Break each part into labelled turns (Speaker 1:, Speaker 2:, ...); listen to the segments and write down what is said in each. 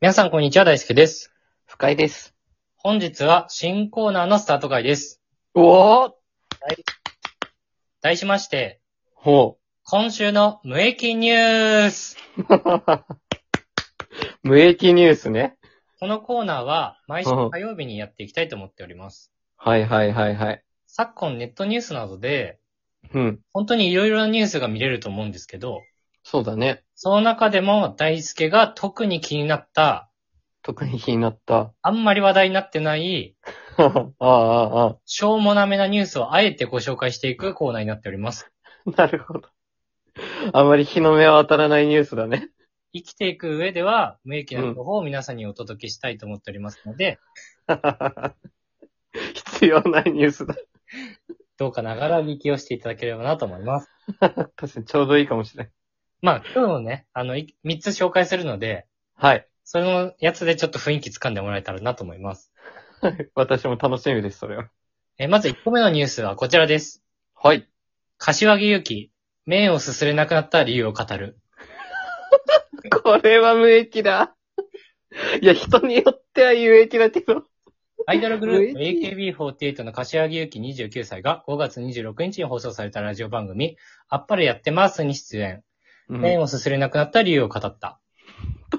Speaker 1: 皆さん、こんにちは。大輔です。
Speaker 2: 深井です。
Speaker 1: 本日は新コーナーのスタート会です。
Speaker 2: おお
Speaker 1: 題しまして、
Speaker 2: ほ
Speaker 1: 今週の無益ニュース
Speaker 2: う。無益ニュースね。
Speaker 1: このコーナーは、毎週
Speaker 2: うん
Speaker 1: 火曜日にやっていきたいと思っております。
Speaker 2: はいはいはいはい。
Speaker 1: 昨今ネットニュースなどで、
Speaker 2: うん。
Speaker 1: 本当にいろいろなニュースが見れると思うんですけど、
Speaker 2: そうだね。
Speaker 1: その中でも大輔が特に気になった、
Speaker 2: 特に気になった。
Speaker 1: あんまり話題になってない、
Speaker 2: ああああ。
Speaker 1: しょうもなめなニュースをあえてご紹介していくコーナーになっております。
Speaker 2: なるほど。あまり日の目は当たらないニュースだね。
Speaker 1: 生きていく上では、無益な情報を皆さんにお届けしたいと思っておりますので、
Speaker 2: 必要ないニュースだ。
Speaker 1: どうかながら聞きをしていただければなと思います。
Speaker 2: 確かにちょうどいいかもしれない。
Speaker 1: まあ、今日のね、あの、い3つ紹介するので、
Speaker 2: はい。
Speaker 1: そのやつでちょっと雰囲気掴んでもらえたらなと思います。
Speaker 2: 私も楽しみです、それは。
Speaker 1: えーまず1個目のニュースはこちらです。
Speaker 2: はい。
Speaker 1: 柏木由紀、麺をすすれなくなった理由を語る。
Speaker 2: これは無益だ。 いや、人によっては有益だけど。
Speaker 1: アイドルグル
Speaker 2: 無益
Speaker 1: ープ AKB48 の柏木由紀29歳が5月26日に放送されたラジオ番組、あっぱれやってますに出演。
Speaker 2: うん、
Speaker 1: 麺をすすれなくなった理由を語った。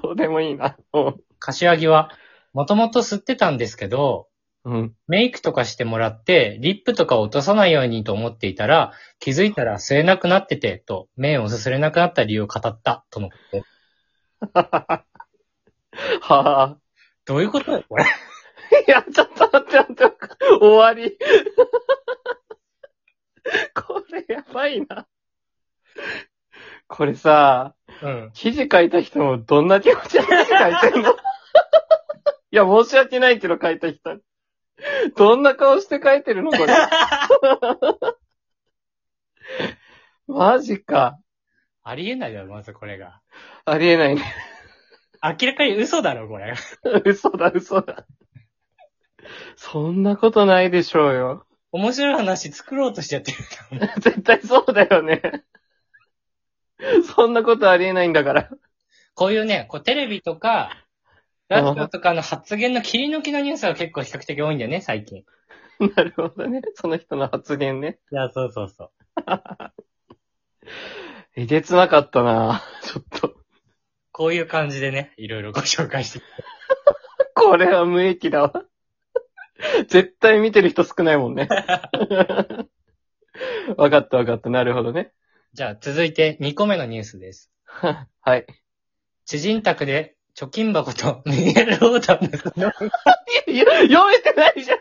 Speaker 2: どうでもいいな。うん
Speaker 1: 柏木は、もともと吸ってたんですけど、
Speaker 2: うん。
Speaker 1: メイクとかしてもらって、リップとかを落とさないようにと思っていたら、気づいたら吸えなくなってて、と、麺をすすれなくなった理由を語った、とのことです。
Speaker 2: はあ。
Speaker 1: どういうことよ、これ。
Speaker 2: いや、ちょっと待って待って、終わり。 これやばいな。これさ、
Speaker 1: うん。
Speaker 2: 記事書いた人もどんな気持ちで記事書いてん のいや、申し訳ないけど書いた人。どんな顔して書いてるのこれ。マジか。
Speaker 1: ありえないだろ、まずこれが。
Speaker 2: ありえないね。
Speaker 1: 明らかに嘘だろ、これ。
Speaker 2: 嘘だ、嘘だ。そんなことないでしょうよ。
Speaker 1: 面白い話作ろうとしちゃってる。
Speaker 2: 絶対そうだよね。そんなことありえないんだから。
Speaker 1: こういうね、こうテレビとか、ラジオとかの発言の切り抜きのニュースが結構比較的多いんだよね、最近。
Speaker 2: なるほどね。その人の発言ね。
Speaker 1: いや、そうそうそう。
Speaker 2: えげつなかったなちょっと。
Speaker 1: こういう感じでね、いろいろご紹介して。
Speaker 2: これは無益だわ。絶対見てる人少ないもんね。わかったわかった。なるほどね。
Speaker 1: じゃあ、続いて2個目のニュースです。
Speaker 2: はい。
Speaker 1: 知人宅で貯金箱と ミネラルウォーター盗んだ
Speaker 2: いや、読めてない じゃん。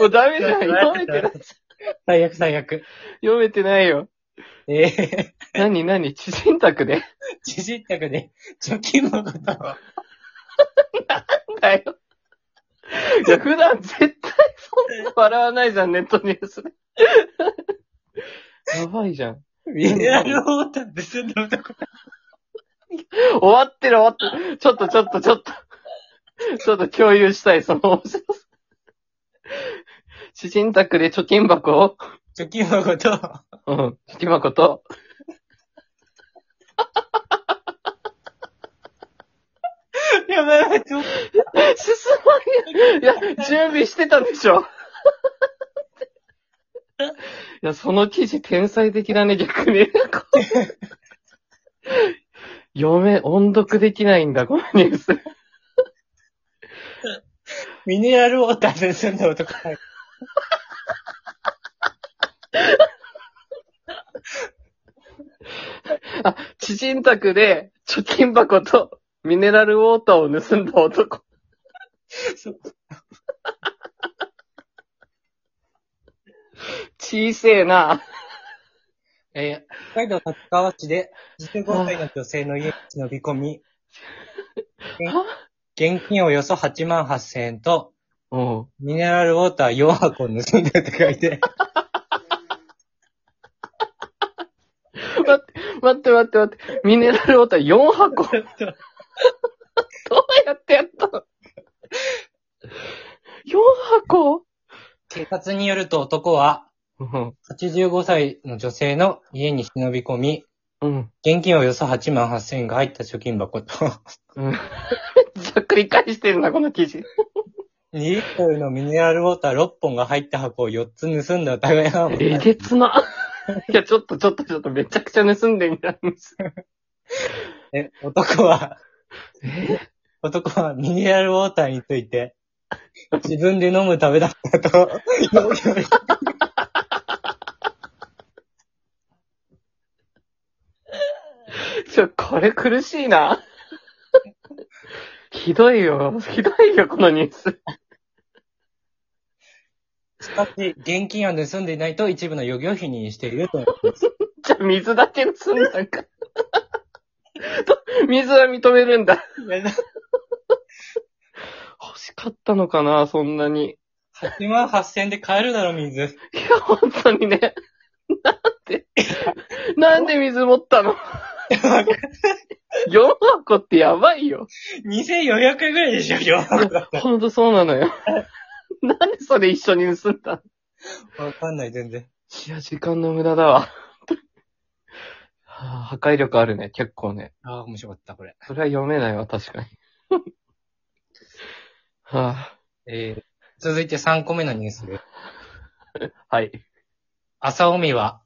Speaker 2: もうダメじゃん。読めてない。
Speaker 1: 最悪最悪。
Speaker 2: 読めてないよ。
Speaker 1: えー、
Speaker 2: 何何知人宅で
Speaker 1: 知人宅で貯金箱と、
Speaker 2: だよ。いや、普段絶対そんな笑わないじゃん、ネットニュ ースで。やばいじゃん。
Speaker 1: ミネラルウォーター盗んだ男。
Speaker 2: 終わってる終わってる。ちょっとちょっとちょっと。ちょっと共有したい、その面白さ。知人宅で貯金箱を、
Speaker 1: 貯金箱と、
Speaker 2: うん、貯金箱と、
Speaker 1: やばいやばい、ちょ
Speaker 2: 進まんや。いや、準備してたでしょ。いや、その記事天才的だね、逆に。読め、音読できないんだ、このニュース。
Speaker 1: ミネラルウォーター盗んだ男。
Speaker 2: 知人宅で貯金箱とミネラルウォーターを盗んだ男。小せえな。
Speaker 1: えー、北海道立川市で15歳の女性の家に忍び込み、現金およそ8万8000円と、
Speaker 2: おう
Speaker 1: ミネラルウォーター4箱を盗んだって書いて、
Speaker 2: 待って、待って待って待って。ミネラルウォーター4箱。どうやってやったの ?4 箱
Speaker 1: 警察によると男は、
Speaker 2: うん
Speaker 1: 85歳の女性の家に忍び込み、
Speaker 2: うん。
Speaker 1: 現金およそ8万8000円が入った貯金箱と、
Speaker 2: うん。ざっくり返してるな、この記事。
Speaker 1: 2リットルのミネラルウォーター6本が入った箱を4つ盗んだ疑いが持た
Speaker 2: え
Speaker 1: れ。
Speaker 2: げつな。いや、ちょっと、ちょっと、ちょっと、めちゃくちゃ盗んでんじゃん。
Speaker 1: え男は、
Speaker 2: え
Speaker 1: 男はミネラルウォーターについて、自分で飲むためだったと、容疑を認め
Speaker 2: ちょ、これ苦しいな。ひどいよ。ひどいよ、このニュース。
Speaker 1: しかし、現金は盗んでいないと一部の予業費にしているとのことです。
Speaker 2: じゃあ、水だけ盗んだんか。と、水は認めるんだ。欲しかったのかな、そんなに。
Speaker 1: 8万8000円で買えるだろ、水。
Speaker 2: いや、本当にね。なんで、なんで水持ったの ?4 箱ってやばいよ。
Speaker 1: 2400円ぐらいでしょ、今日。
Speaker 2: ほんとそうなのよ。なんでそれ一緒に盗んだの
Speaker 1: わかんない、全然。
Speaker 2: いや、時間の無駄だわ。はあ、破壊力あるね、結構ね。
Speaker 1: ああ、面白かった、これ。
Speaker 2: それは読めないわ、確かに。は
Speaker 1: えー、続いて3個目のニュースです。
Speaker 2: あ、はい。
Speaker 1: 朝尾美は、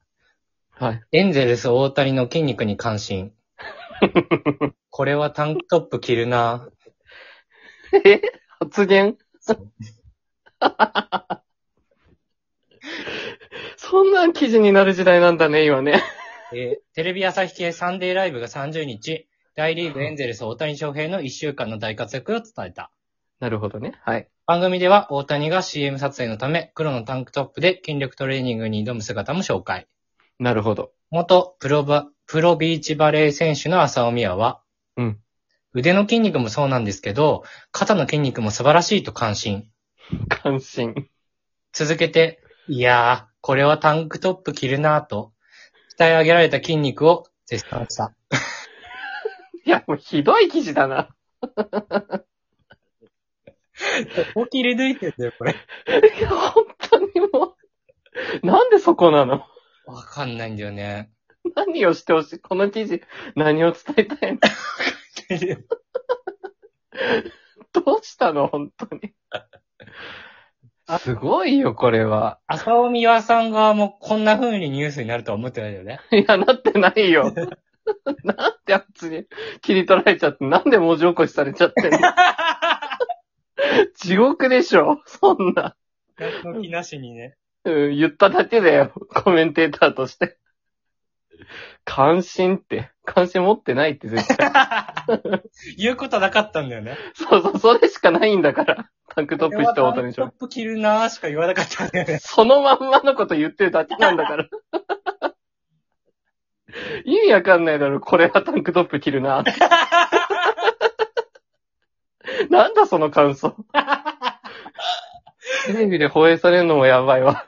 Speaker 2: はい。
Speaker 1: エンゼルス大谷の筋肉に関心。これはタンクトップ着るな
Speaker 2: え発言そんな記事になる時代なんだね、今ね。
Speaker 1: えーテレビ朝日系サンデーライブが30日、大リーグエンゼルス大谷翔平の1週間の大活躍を伝えた。
Speaker 2: なるほどね。はい。
Speaker 1: 番組では大谷が CM 撮影のため黒のタンクトップで筋力トレーニングに挑む姿も紹介。
Speaker 2: なるほど。
Speaker 1: 元プロバ、プロビーチバレー選手の浅尾美和は、
Speaker 2: うん
Speaker 1: 腕の筋肉もそうなんですけど、肩の筋肉も素晴らしいと感心。
Speaker 2: 関心。
Speaker 1: 続けて、いやー、これはタンクトップ着るなぁと、鍛え上げられた筋肉を絶賛した。
Speaker 2: いや、もうひどい記事だな。
Speaker 1: ここ切り抜いてるんだよ、これ。
Speaker 2: いや、本当にもう。なんでそこなの
Speaker 1: わかんないんだよね。
Speaker 2: 何をしてほしいこの記事、何を伝えたいのどうしたの本当に。すごいよ、これは。
Speaker 1: 浅尾美和さん側もこんな風にニュースになるとは思ってないよね。
Speaker 2: いや、なってないよ。なんであっちに切り取られちゃって、なんで文字起こしされちゃってんの地獄でしょそんな、
Speaker 1: 何の気なしにね。
Speaker 2: うん。言っただけだよ。コメンテーターとして。関心って。関心持ってないって絶対。
Speaker 1: 言うことなかったんだよね。
Speaker 2: そうそう、それしかないんだから。タンクトップして大谷
Speaker 1: これはタン
Speaker 2: 翔
Speaker 1: クトップ着るなーしか言わなかったんだよね。
Speaker 2: そのまんまのこと言ってるだけなんだ から。意味わかんないだろ、これはタンクトップ着る な。なんだその感想。テレビで放映されるのもやばいわ。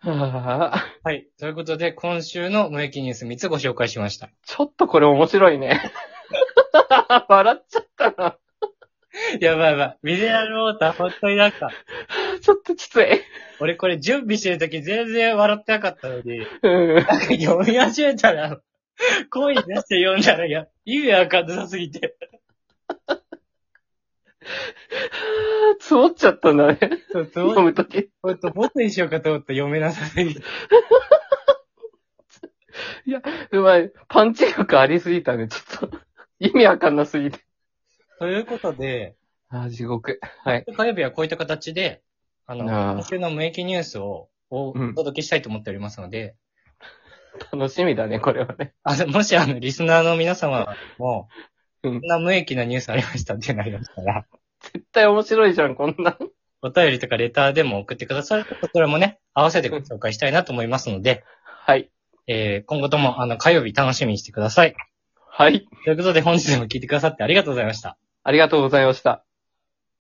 Speaker 2: はあ、
Speaker 1: はい。ということで、今週の無益ニュース3つご紹介しました。
Speaker 2: ちょっとこれ面白いね。笑っちゃったな。
Speaker 1: やばいやばい。ミネラルウォーター、本当になんか、
Speaker 2: ちょっときつい。
Speaker 1: 俺これ準備してるとき全然笑ってなかったのに、
Speaker 2: うん
Speaker 1: なんか読み始めたら、声に出して読んだら、いや、意味わかんなさすぎて。
Speaker 2: 積もっちゃったんだね。
Speaker 1: そう、つ
Speaker 2: 飲むとき。
Speaker 1: ほんと、ボツにしようかと思ったら読めなさすぎて。
Speaker 2: うまい。パンチ力ありすぎたね、ちょっと。意味わかんなすぎて。
Speaker 1: ということで、
Speaker 2: あー、地獄。はい。
Speaker 1: 火曜日はこういった形で、あの、
Speaker 2: あー
Speaker 1: 今週の無益ニュースをおお
Speaker 2: うん
Speaker 1: 届けしたいと思っておりますので、
Speaker 2: 楽しみだね、これはね。
Speaker 1: あのもしあの、リスナーの皆様も、
Speaker 2: うん
Speaker 1: こんな無益なニュースありましたってなりましたら、
Speaker 2: 絶対面白いじゃん、こんなん。
Speaker 1: お便りとかレターでも送ってくださると、こちらもね、合わせてご紹介したいなと思いますので、
Speaker 2: はい。
Speaker 1: えー、今後とも、あの、火曜日楽しみにしてください。
Speaker 2: はい。
Speaker 1: ということで、本日も聞いてくださってありがとうございました。
Speaker 2: ありがとうございました。